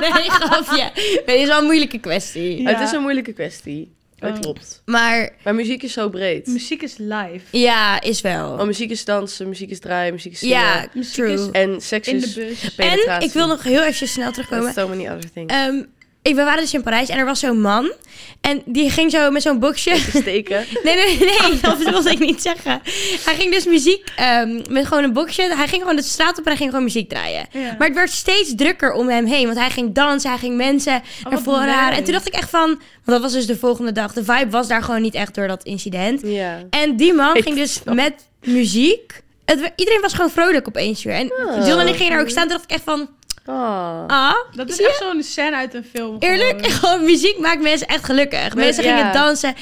Speaker 1: Nee, grapje. Nee, dit is wel een moeilijke kwestie.
Speaker 3: Ja.
Speaker 2: Het is een moeilijke kwestie. Dat
Speaker 3: Oh.
Speaker 2: klopt.
Speaker 1: Maar
Speaker 2: Maar muziek is zo breed.
Speaker 3: Muziek is live.
Speaker 1: ja, is wel.
Speaker 2: Oh, muziek is dansen, muziek is draaien, muziek is zingen.
Speaker 1: ja,
Speaker 3: Muziek
Speaker 1: true.
Speaker 3: is-
Speaker 2: En seks
Speaker 3: In de
Speaker 2: is
Speaker 3: bus.
Speaker 2: penetratie.
Speaker 1: En ik wil nog heel even snel terugkomen.
Speaker 2: That's so many other things.
Speaker 1: Ehm, ik, we waren dus in Parijs en er was zo'n man. En die ging zo met zo'n boxje.
Speaker 2: Te Steken.
Speaker 1: Nee, nee, nee, nee, dat wilde ik niet zeggen. Hij ging dus muziek ehm, met gewoon een boxje. Hij ging gewoon de straat op en hij ging gewoon muziek draaien.
Speaker 3: Ja.
Speaker 1: Maar het werd steeds drukker om hem heen. Want hij ging dansen, hij ging mensen naar
Speaker 3: Oh, wat
Speaker 1: voren halen. En toen
Speaker 3: nice.
Speaker 1: dacht ik echt van... Want dat was dus de volgende dag. De vibe was daar gewoon niet echt door dat incident.
Speaker 2: Ja.
Speaker 1: En die man
Speaker 2: Ik
Speaker 1: ging dus
Speaker 2: snap.
Speaker 1: met muziek... Het, we- iedereen was gewoon vrolijk opeens weer. En
Speaker 2: Oh.
Speaker 1: Jill en ik gingen daar ook staan. Toen dacht ik echt van...
Speaker 2: Oh.
Speaker 1: Ah,
Speaker 3: Ah. Dat is
Speaker 1: zie je?
Speaker 3: echt zo'n scène uit een film.
Speaker 1: Eerlijk,
Speaker 3: gewoon.
Speaker 1: gewoon muziek maakt mensen echt gelukkig. Mensen
Speaker 2: Ehm, ja.
Speaker 1: gingen dansen.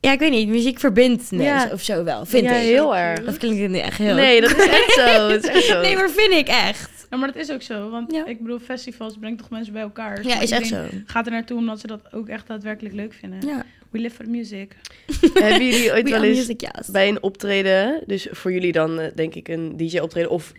Speaker 1: Ja, ik weet niet. Muziek verbindt mensen
Speaker 2: Ja.
Speaker 1: of zo wel, vind
Speaker 2: ja,
Speaker 1: ik.
Speaker 2: heel erg.
Speaker 1: Of klinkt het nu echt heel...
Speaker 2: Nee, dat is echt zo. Het is echt zo.
Speaker 1: Nee, maar vind ik echt.
Speaker 3: Ja, maar dat is ook zo. Want
Speaker 1: Ja.
Speaker 3: ik bedoel, festivals brengt toch mensen bij elkaar. Dus
Speaker 1: Ja, is echt
Speaker 3: iedereen
Speaker 1: zo.
Speaker 3: Gaat er naartoe omdat ze dat ook echt daadwerkelijk leuk vinden.
Speaker 1: Ja.
Speaker 3: We live for music.
Speaker 2: Hebben jullie ooit
Speaker 1: We
Speaker 2: wel
Speaker 1: are
Speaker 2: eens
Speaker 1: music, yes.
Speaker 2: bij een optreden, dus voor jullie dan eh, denk ik een DJ-optreden of...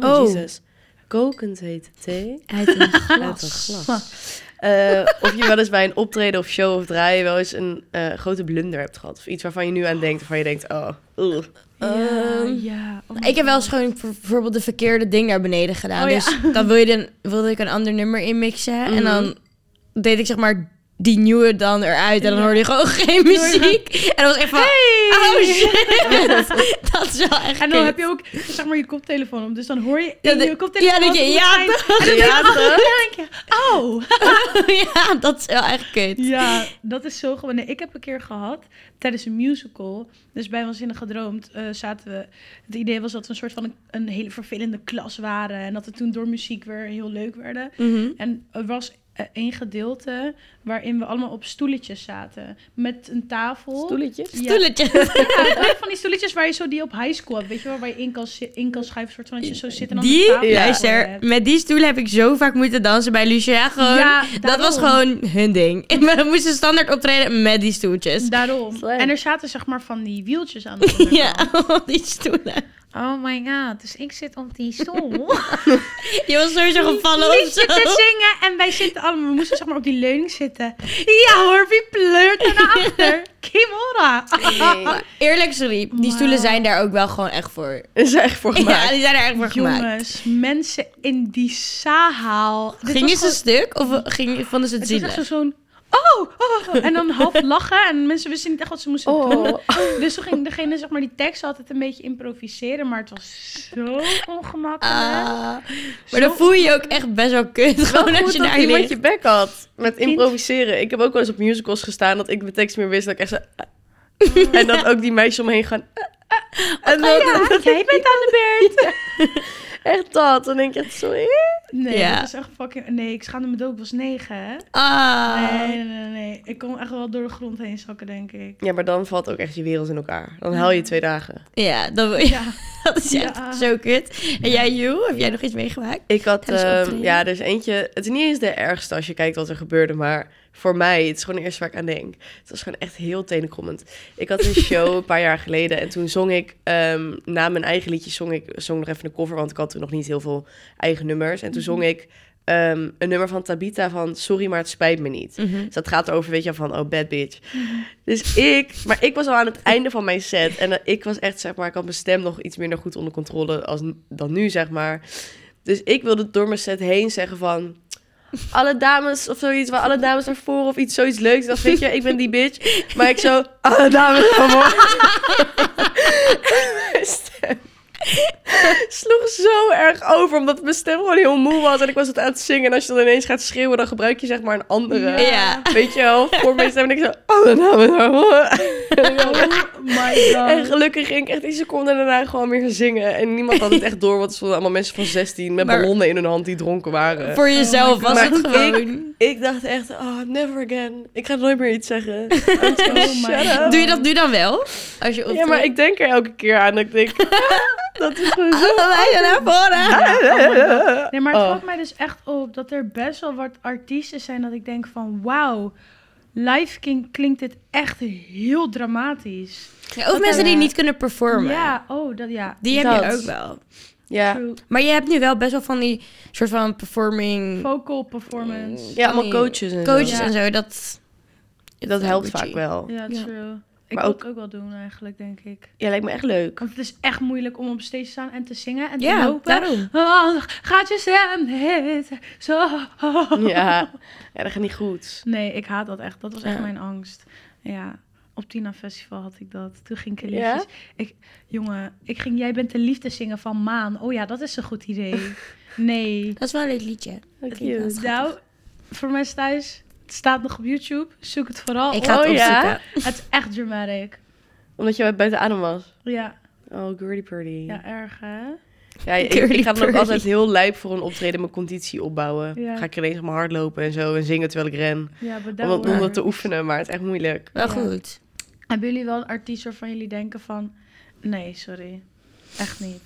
Speaker 2: Oh,
Speaker 1: Oh.
Speaker 2: Jesus. Kokend heet thee.
Speaker 1: Uit een glas.
Speaker 2: Uit een glas. Eh, of je wel eens bij een optreden of show of draaien wel eens een eh, grote blunder hebt gehad. Of iets waarvan je nu aan denkt, waarvan je denkt, oh, ugh. Eh,
Speaker 1: Ehm,
Speaker 3: ja, ja. Oh my
Speaker 1: Ik heb wel eens
Speaker 3: God.
Speaker 1: gewoon voor- bijvoorbeeld de verkeerde ding naar beneden gedaan.
Speaker 3: Oh, ja.
Speaker 1: Dus dan wil je dan, wilde ik een ander nummer inmixen. En
Speaker 2: Mhm.
Speaker 1: dan deed ik zeg maar die nieuwe dan eruit. En dan
Speaker 3: Ja.
Speaker 1: hoorde je gewoon geen muziek. En dat was echt van... Oh shit! dat is wel echt
Speaker 3: En dan
Speaker 1: kut.
Speaker 3: heb je ook, zeg maar, je koptelefoon om. Dus dan hoor je
Speaker 1: Ja,
Speaker 3: in
Speaker 1: de-
Speaker 3: je koptelefoon...
Speaker 1: ja, denk je,
Speaker 3: wat moet
Speaker 1: ja,
Speaker 3: zijn.
Speaker 2: Ja, toch?
Speaker 3: En dan denk je, oh.
Speaker 1: ja, dat is wel echt kut.
Speaker 3: Ja, dat is zo gewoon. Nee, ik heb een keer gehad tijdens een musical. Dus bij Waanzinnig Gedroomd eh, zaten we. Het idee was dat we een soort van een, een hele vervelende klas waren. En dat we toen door muziek weer heel leuk werden.
Speaker 1: Mhm.
Speaker 3: En er was eh, één gedeelte waarin we allemaal op stoeltjes zaten. Met een tafel.
Speaker 2: Stoeletjes?
Speaker 3: Ja.
Speaker 1: Stoeletje.
Speaker 3: Ja, het waren van die stoeltjes waar je zo die op high school hebt. Weet je wel, waar je in kan, zi- in kan schuiven. Soort van dat je zo zit en dan
Speaker 1: Die,
Speaker 3: een tafel
Speaker 2: Ja.
Speaker 3: voor je
Speaker 1: luister,
Speaker 3: hebt.
Speaker 1: met die stoelen heb ik zo vaak moeten dansen bij Lucia. Gewoon,
Speaker 3: Ja,
Speaker 1: dat
Speaker 3: daarom.
Speaker 1: was gewoon hun ding. En we moesten standaard optreden met die stoeltjes.
Speaker 3: Daarom.
Speaker 2: Slim.
Speaker 3: En er zaten zeg maar van die wieltjes aan de
Speaker 1: Ja,
Speaker 3: onderkant.
Speaker 1: al die stoelen.
Speaker 4: Oh my god. Dus ik zit op die stoel.
Speaker 1: Je was sowieso gevallen
Speaker 4: Die
Speaker 1: of zo.
Speaker 4: zit te zingen en wij zitten allemaal... We moesten zeg maar op die leuning zitten. Ja hoor, wie pleurt er
Speaker 3: nou
Speaker 4: naar achter? Kimora.
Speaker 1: Maar Eerlijk, sorry. Die stoelen
Speaker 3: Wauw.
Speaker 1: zijn daar ook wel gewoon echt voor.
Speaker 2: Is er echt voor
Speaker 1: Ja,
Speaker 2: gemaakt.
Speaker 1: die zijn er echt voor gemaakt.
Speaker 3: Jongens, mensen in die zaal. Dit was
Speaker 1: Gingen ze
Speaker 3: gewoon-
Speaker 1: stuk of ging, vonden ze het
Speaker 3: Het is echt zo
Speaker 1: zielig?
Speaker 3: zo'n... Oh, oh, oh. En dan half lachen. En mensen wisten niet echt wat ze moesten doen.
Speaker 2: Oh,
Speaker 3: Dus toen ging degene zeg maar, die tekst altijd een beetje improviseren. Maar het was zo ongemakkelijk.
Speaker 1: Ah. maar dan voel je je ook echt best wel kut. Gewoon
Speaker 2: goed
Speaker 1: als je
Speaker 2: dat
Speaker 1: daar
Speaker 2: iemand
Speaker 1: ligt.
Speaker 2: je bek had met improviseren. Ik heb ook wel eens op musicals gestaan dat ik de tekst meer wist. Dat ik echt zo... eh,
Speaker 1: Mm.
Speaker 2: En dat ook die meisjes omheen gaan... eh, En dan,
Speaker 3: Ah, Jij bent aan de beurt.
Speaker 2: echt dat. Dan denk ik echt, sorry.
Speaker 3: Nee,
Speaker 1: Ja.
Speaker 3: dat was echt fucking... Nee, ik schaamde me dood. Ik was negen, hè?
Speaker 1: Ah.
Speaker 3: Nee, nee, nee, nee. Ik kon echt wel door de grond heen zakken, denk ik.
Speaker 2: Ja, maar dan valt ook echt je wereld in elkaar. Dan haal je twee dagen.
Speaker 1: Ja, dat, wil je-
Speaker 3: Ja.
Speaker 1: dat is echt
Speaker 3: Ja.
Speaker 1: zo kut. En jij, Joe, heb jij nog iets meegemaakt?
Speaker 2: Ik had,
Speaker 1: Tijdens
Speaker 2: ehm,
Speaker 1: optreden?
Speaker 2: ja, er is eentje. Het is niet eens de ergste als je kijkt wat er gebeurde, maar voor mij, het is gewoon de eerste waar ik aan denk. Het was gewoon echt heel tenenkrommend. Ik had een show een paar jaar geleden en toen zong ik, ehm, na mijn eigen liedje, zong ik zong nog even een cover, want ik had toen nog niet heel veel eigen nummers. En toen zong ik ehm, een nummer van Tabita van Sorry, maar het spijt me niet.
Speaker 1: Mhm.
Speaker 2: Dus dat gaat over, weet je, van, oh, bad bitch. Dus ik, maar ik was al aan het einde van mijn set. En eh, ik was echt, zeg maar, ik had mijn stem nog iets minder goed onder controle als, n- dan nu, zeg maar. Dus ik wilde door mijn set heen zeggen van... Alle dames of zoiets, waar alle dames naar voren of iets, zoiets leuks. Ik dacht, weet je, ik ben die bitch. Maar ik zo, alle dames naar voren. Mijn stem sloeg zo erg over, omdat mijn stem gewoon heel moe was. En ik was het aan het zingen. En als je dan ineens gaat schreeuwen, dan gebruik je zeg maar een andere.
Speaker 1: Ja.
Speaker 2: Weet je wel, voor mijn stem. En ik zo, "Oh, alle dames naar voren.
Speaker 3: Oh my god.
Speaker 2: En gelukkig ging ik echt die seconde daarna gewoon weer zingen. En niemand had het echt door, want er stonden allemaal mensen van 16 met
Speaker 1: Maar-
Speaker 2: ballonnen in hun hand die dronken waren.
Speaker 1: Voor jezelf
Speaker 3: my
Speaker 1: was
Speaker 2: God.
Speaker 1: het
Speaker 2: Maar
Speaker 1: gewoon.
Speaker 2: Ik dacht echt, oh, never again. Ik ga nooit meer iets zeggen.
Speaker 3: Oh my
Speaker 2: Shut
Speaker 3: god.
Speaker 2: up.
Speaker 1: Doe je dat nu dan wel? Als je
Speaker 2: Ja, maar
Speaker 1: optreedt?
Speaker 2: ik denk er elke keer aan. Ik denk, dat is gewoon zo...
Speaker 1: Allebei naar voren.
Speaker 3: Nee, maar het
Speaker 2: Oh.
Speaker 3: valt mij dus echt op dat er best wel wat artiesten zijn dat ik denk van wauw, live king klinkt dit echt heel dramatisch.
Speaker 1: Ja, of mensen die niet kunnen performen.
Speaker 3: Ja, oh, dat ja.
Speaker 1: Die heb
Speaker 2: Dat.
Speaker 1: je ook wel.
Speaker 2: Ja,
Speaker 3: True.
Speaker 1: Maar je hebt nu wel best wel van die soort van performing
Speaker 3: Vocal performance.
Speaker 2: ja allemaal coaches en zo.
Speaker 1: coaches
Speaker 3: Ja.
Speaker 1: en zo. Dat,
Speaker 2: Dat helpt
Speaker 1: Gucci.
Speaker 2: vaak wel.
Speaker 3: Ja,
Speaker 1: Ja.
Speaker 3: true. Ik
Speaker 2: Maar
Speaker 3: wil
Speaker 2: ook-
Speaker 3: het ook wel doen eigenlijk, denk ik.
Speaker 2: Ja, lijkt me echt leuk.
Speaker 3: Want het is echt moeilijk om op stage te staan en te zingen en te
Speaker 1: Ja,
Speaker 3: lopen. Oh,
Speaker 1: daarom.
Speaker 3: Want gaat je stem hitten, zo.
Speaker 2: Ja. ja, dat gaat niet goed.
Speaker 3: Nee, ik haat dat echt. Dat was echt
Speaker 1: Ja.
Speaker 3: mijn angst. Ja, op Tina Festival had ik dat. Toen ging ik de
Speaker 2: Ja?
Speaker 3: liedjes. Ik, jongen, ik ging Jij bent de liefde zingen van Maan. Oh ja, dat is een goed idee. Nee.
Speaker 1: Dat is wel een leuk liedje.
Speaker 2: Cute.
Speaker 3: nou, voor mensen thuis, het staat nog op YouTube. Zoek het vooral
Speaker 1: Ik ga het
Speaker 2: oh ja?
Speaker 1: opzoeken.
Speaker 3: op. Het is echt dramatic.
Speaker 2: Omdat je buiten adem was.
Speaker 3: Ja,
Speaker 2: Oh, girly purdy.
Speaker 3: ja, erg hè?
Speaker 2: Ja, ik,
Speaker 1: Curly
Speaker 2: ik ga dan ook
Speaker 1: Purdy.
Speaker 2: altijd heel lijp voor een optreden mijn conditie opbouwen.
Speaker 3: Ja.
Speaker 2: Ga ik ineens op mijn hard lopen en zo en zingen terwijl ik ren.
Speaker 3: Ja, but
Speaker 2: Om,
Speaker 3: that
Speaker 2: dat- om dat
Speaker 3: works.
Speaker 2: te oefenen, maar het is echt moeilijk.
Speaker 1: Wel
Speaker 3: Ja.
Speaker 1: goed.
Speaker 3: Hebben jullie wel een artiest waarvan jullie denken van... Nee, sorry. Echt niet.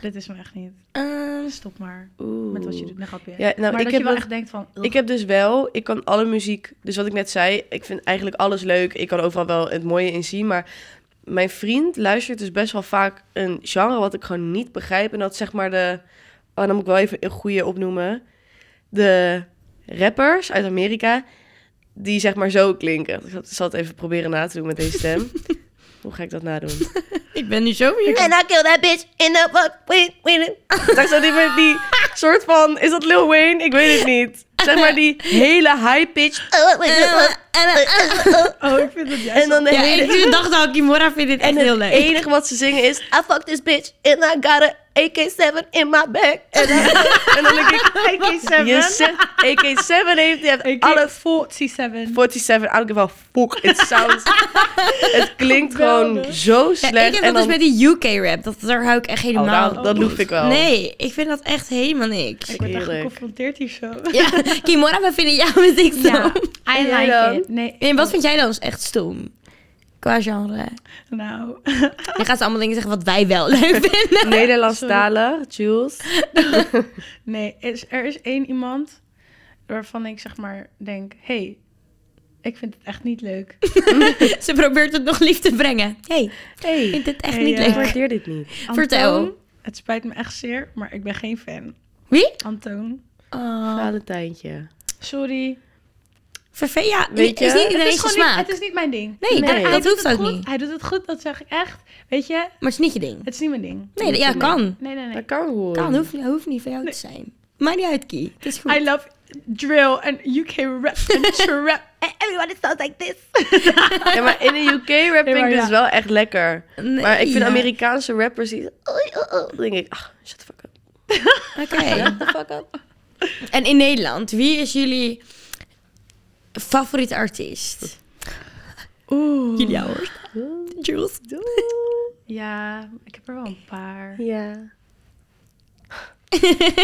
Speaker 3: Dit is me echt niet.
Speaker 1: Ehm,
Speaker 3: Stop maar
Speaker 2: Oeh.
Speaker 3: met wat je doet. Nee, grapje.
Speaker 2: Ja, nou, ik
Speaker 3: maar dat
Speaker 2: heb
Speaker 3: je wel
Speaker 2: dat-
Speaker 3: echt denkt van...
Speaker 2: Ik heb dus wel, ik kan alle muziek, dus wat ik net zei, ik vind eigenlijk alles leuk. Ik kan overal wel het mooie in zien, maar mijn vriend luistert dus best wel vaak een genre wat ik gewoon niet begrijp. En dat is zeg maar de, oh, dan moet ik wel even een goede opnoemen. De rappers uit Amerika, die zeg maar zo klinken. Ik zal- zal het even proberen na te doen met deze stem. Hoe ga ik dat nadoen?
Speaker 1: ik ben nu zo benieuwd.
Speaker 5: And I kill that bitch in the fuck with, with it.
Speaker 2: Daar zo die met die soort van, is dat Lil Wayne? Ik weet het niet. Zeg maar die hele high-pitch
Speaker 5: Oh, with it.
Speaker 1: Eh, eh, eh.
Speaker 3: Oh, ik vind dat
Speaker 2: en dan de
Speaker 1: Ja,
Speaker 2: hele...
Speaker 1: ik dacht al, Kimora vindt dit echt
Speaker 2: En
Speaker 1: heel
Speaker 2: het
Speaker 1: leuk.
Speaker 2: enige wat ze zingen is...
Speaker 5: I fuck this bitch and I got a AK-7 in my bag. And
Speaker 2: En dan denk ik... AK-7? Je zegt AK-7 heeft... Je hebt alle...
Speaker 3: Alle 47.
Speaker 2: 47, I don't give a fuck. It sounds... het klinkt gewoon zo
Speaker 1: Ja,
Speaker 2: slecht.
Speaker 1: ik heb dat
Speaker 2: en dan,
Speaker 1: dus met die UK-rap. Dat, daar hou ik echt
Speaker 2: Oh,
Speaker 1: helemaal
Speaker 2: nou, dat loef ik wel.
Speaker 1: Nee, ik vind dat echt helemaal niks.
Speaker 3: Ik word daar
Speaker 2: Heerlijk.
Speaker 3: geconfronteerd hier zo.
Speaker 1: Ja, Kimora, we vinden jou met ik stom.
Speaker 3: I
Speaker 2: jij dan?
Speaker 3: Nee,
Speaker 1: En wat vind jij dan echt stom? Qua genre.
Speaker 3: nou.
Speaker 1: Dan gaan ze allemaal dingen zeggen wat wij wel leuk vinden.
Speaker 2: Nederlandstalen, Jules.
Speaker 3: Nee, is, er is één iemand waarvan ik zeg maar denk... hey, Ik vind het echt niet leuk.
Speaker 1: Ze probeert het nog lief te brengen. hey, ik
Speaker 2: Hey,
Speaker 1: vind het echt
Speaker 3: Hey,
Speaker 1: niet
Speaker 3: eh,
Speaker 2: ik
Speaker 1: leuk.
Speaker 2: waardeer dit niet.
Speaker 3: Antoon,
Speaker 1: Vertel. Oh.
Speaker 3: Het spijt me echt zeer, maar ik ben geen fan.
Speaker 1: Wie?
Speaker 3: Antoon.
Speaker 1: Oh,
Speaker 2: Valentijntje.
Speaker 3: Sorry.
Speaker 1: vervelend. Ja,
Speaker 2: Weet je,
Speaker 1: is niet
Speaker 3: Het
Speaker 1: iedereen
Speaker 3: is,
Speaker 1: zijn
Speaker 3: gewoon niet,
Speaker 1: smaak.
Speaker 3: het is niet mijn ding.
Speaker 1: Nee,
Speaker 2: Nee.
Speaker 1: dat,
Speaker 3: Hij
Speaker 1: dat
Speaker 3: doet
Speaker 1: hoeft
Speaker 3: het
Speaker 1: ook
Speaker 3: goed.
Speaker 1: niet.
Speaker 3: Hij doet het goed, dat zeg ik echt. Weet je,
Speaker 1: Maar het is niet je ding.
Speaker 3: het is niet mijn ding.
Speaker 1: Nee, ja, kan.
Speaker 3: Nee, nee, nee.
Speaker 2: Dat kan gewoon.
Speaker 1: Kan, hoeft, hoeft niet van jou te zijn. Maakt niet uit, Kie. Het is goed.
Speaker 3: I love drill and UK rap and trap.
Speaker 5: And everybody sounds like this.
Speaker 2: Ja, maar in de UK rap vind
Speaker 3: maar
Speaker 2: ik
Speaker 3: ja.
Speaker 2: dus wel echt lekker.
Speaker 1: Nee,
Speaker 2: Maar ik vind
Speaker 1: ja.
Speaker 2: Amerikaanse rappers die... Oei, oei, oei. Dan denk ik, ach, shut the fuck up.
Speaker 1: Oké.
Speaker 2: Shut the fuck up.
Speaker 1: En in Nederland, wie is jullie favoriete artiest?
Speaker 3: Oeh.
Speaker 1: Julia Horst. Jules.
Speaker 3: Ja, ik heb er wel een paar.
Speaker 2: Ja.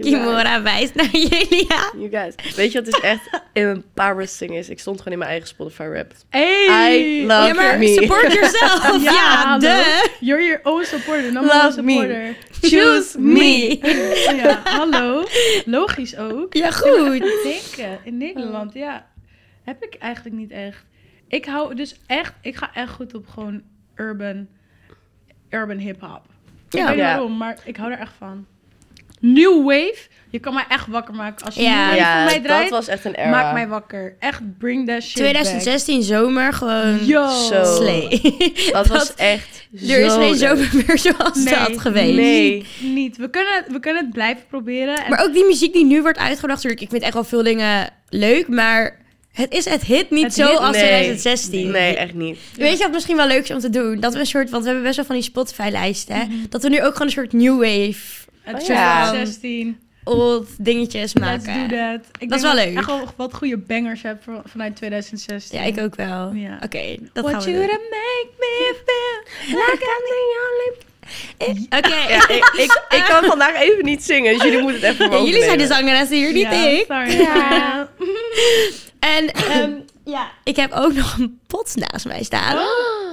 Speaker 1: Kimora wijst naar Julia.
Speaker 2: You guys. Weet je wat dus echt embarrassing is? Ik stond gewoon in mijn eigen Spotify rap.
Speaker 3: Hey!
Speaker 2: I love
Speaker 1: ja, maar
Speaker 2: me.
Speaker 1: support yourself. ja,
Speaker 3: hallo.
Speaker 1: de.
Speaker 3: You're your own supporter, number
Speaker 2: Love
Speaker 3: one
Speaker 2: me.
Speaker 3: supporter. Oh
Speaker 1: Choose me.
Speaker 3: ja, hallo. Logisch ook.
Speaker 1: Ja, goed.
Speaker 3: Denken in Nederland, ja, heb ik eigenlijk niet echt. Ik hou dus echt, ik ga echt goed op gewoon urban, urban hip-hop. Ik weet
Speaker 1: Ja.
Speaker 3: niet
Speaker 2: Ja.
Speaker 3: waarom, maar ik hou er echt van. New wave, je kan mij echt wakker maken. Als je
Speaker 1: Ja.
Speaker 3: ja, New wave
Speaker 2: Ja,
Speaker 3: voor mij
Speaker 2: dat
Speaker 3: draait,
Speaker 2: was echt een era.
Speaker 3: maak mij wakker. Echt bring that shit
Speaker 1: 2016 zomer, gewoon
Speaker 3: back. Yo.
Speaker 2: Zo.
Speaker 1: slay.
Speaker 2: Dat was echt
Speaker 1: er is
Speaker 2: zo
Speaker 1: geen
Speaker 2: leuk.
Speaker 1: zomer meer zoals
Speaker 3: Nee.
Speaker 1: dat geweest.
Speaker 2: Nee.
Speaker 3: Niet. We kunnen, het- we kunnen het blijven proberen. En
Speaker 1: Maar ook die muziek die nu wordt uitgebracht, natuurlijk, ik vind echt wel veel dingen leuk, maar het is het hit niet
Speaker 3: Het
Speaker 1: zo
Speaker 3: hit-
Speaker 1: als
Speaker 2: Nee.
Speaker 1: 2016.
Speaker 2: Nee, echt niet.
Speaker 1: Weet je wat misschien wel leuk is om te doen? Dat we een soort, want we hebben best wel van die Spotify-lijsten, hè,
Speaker 3: Mhm.
Speaker 1: dat we nu ook gewoon een soort new wave
Speaker 3: het
Speaker 2: Oh
Speaker 3: is
Speaker 2: ja.
Speaker 3: 2016.
Speaker 1: old dingetjes
Speaker 3: Let's do
Speaker 1: maken.
Speaker 3: that. Ik
Speaker 1: Nou, Dat is
Speaker 3: denk
Speaker 1: wel
Speaker 3: ik
Speaker 1: leuk.
Speaker 3: Echt wel wat goede bangers heb voor- vanuit 2016.
Speaker 1: Ja, ik ook wel.
Speaker 3: Ja.
Speaker 1: Oké, dat
Speaker 3: What
Speaker 1: gaan we
Speaker 3: you
Speaker 1: doen.
Speaker 3: gonna make me feel like I'm the only
Speaker 1: Eh, Oké,
Speaker 2: Ja, ik, ik, ik kan vandaag even niet zingen, dus jullie moeten het even
Speaker 1: Ja, jullie zijn dus de
Speaker 2: overnemen.
Speaker 1: zangeressen hier, niet
Speaker 3: Ja,
Speaker 1: ik.
Speaker 3: sorry. Ja.
Speaker 1: En ehm, ja, ik heb ook nog een pot naast mij staan.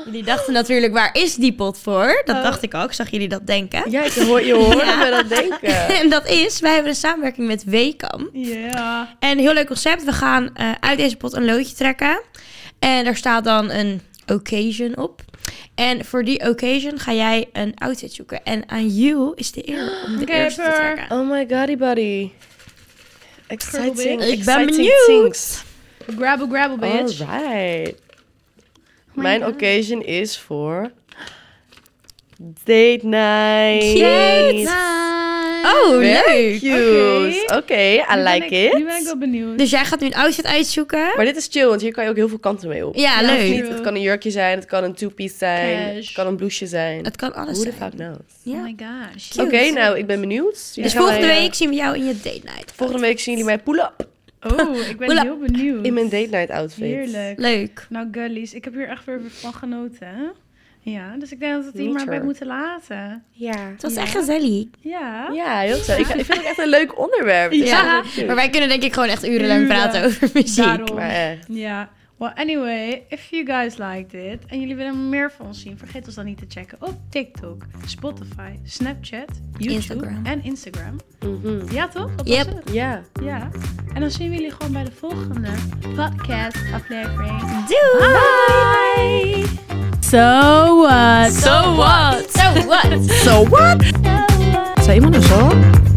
Speaker 1: Jullie dachten natuurlijk, waar is die pot voor? Dat
Speaker 3: Oh.
Speaker 1: dacht ik ook, Ik zag jullie dat denken.
Speaker 2: Ja, ik hoor, je hoorde me dat denken.
Speaker 1: En dat is, wij hebben een samenwerking met Wekam.
Speaker 3: Ja.
Speaker 1: En heel leuk concept. We gaan eh, uit deze pot een loodje trekken. En daar staat dan een occasion op. En voor die occasion ga jij een outfit zoeken. En aan jou is de eer om de
Speaker 3: Oké,
Speaker 1: eerste te
Speaker 3: per.
Speaker 1: trekken.
Speaker 2: Oh my god, buddy. Exciting,
Speaker 3: Curling.
Speaker 1: Ik ben
Speaker 2: exciting
Speaker 1: benieuwd.
Speaker 2: things.
Speaker 3: Grabble, grabble, bitch. Oh
Speaker 2: Alright. Mijn occasion is voor date night.
Speaker 1: Oh,
Speaker 2: Very
Speaker 1: leuk!
Speaker 2: cute. Oké, I
Speaker 3: Nu ben
Speaker 2: like
Speaker 3: ik-
Speaker 2: it.
Speaker 3: Nu ben ik wel benieuwd.
Speaker 1: Dus jij gaat nu een outfit uitzoeken.
Speaker 2: Maar dit is chill, want hier kan je ook heel veel kanten mee op.
Speaker 1: Ja,
Speaker 3: Ja,
Speaker 1: leuk.
Speaker 2: Niet, het kan een jurkje zijn, het kan een two-piece zijn, het
Speaker 3: Cash.
Speaker 2: kan een blouseje zijn.
Speaker 1: Het kan alles
Speaker 2: Who the
Speaker 1: zijn.
Speaker 2: fuck knows?
Speaker 1: Ja.
Speaker 3: Oh my gosh.
Speaker 1: Cute.
Speaker 2: Oké, nou, ik ben benieuwd. Jullie
Speaker 1: Dus
Speaker 2: gaan
Speaker 1: volgende
Speaker 2: mij, eh,
Speaker 1: week zien we jou in je date night.
Speaker 2: volgende week zien jullie mij pull-up
Speaker 3: Oh, ik ben
Speaker 1: Oela.
Speaker 3: heel benieuwd.
Speaker 2: in mijn date night outfit.
Speaker 3: Heerlijk.
Speaker 1: Leuk.
Speaker 3: Nou, gullies, ik heb hier echt weer van genoten. hè? Ja, dus ik denk dat we het hier maar
Speaker 2: Nature.
Speaker 3: bij moeten laten.
Speaker 2: Ja.
Speaker 1: Het was
Speaker 3: Ja.
Speaker 1: echt gezellig.
Speaker 3: Ja.
Speaker 2: Ja, heel zo. Ik, ik vind het echt een leuk onderwerp. Dus Het is
Speaker 1: Ja.
Speaker 2: echt heel
Speaker 1: Maar wij kunnen denk ik gewoon echt urenlang
Speaker 3: Uren.
Speaker 1: praten over muziek.
Speaker 3: Daarom.
Speaker 2: leuk. Maar eh. echt.
Speaker 3: Ja. Well, anyway, if you guys liked it en jullie willen meer van ons zien, vergeet ons dan niet te checken op TikTok, Spotify, Snapchat, YouTube
Speaker 1: Instagram.
Speaker 3: en Instagram.
Speaker 2: Mhm.
Speaker 3: Ja, toch? Dat was
Speaker 1: Yep.
Speaker 3: het.
Speaker 2: Ja.
Speaker 3: Ja. En dan zien we jullie gewoon bij de volgende podcast aflevering.
Speaker 1: Doei! Bye!
Speaker 4: So what?
Speaker 1: So what? So what?
Speaker 2: So what? Zou iemand nou zo?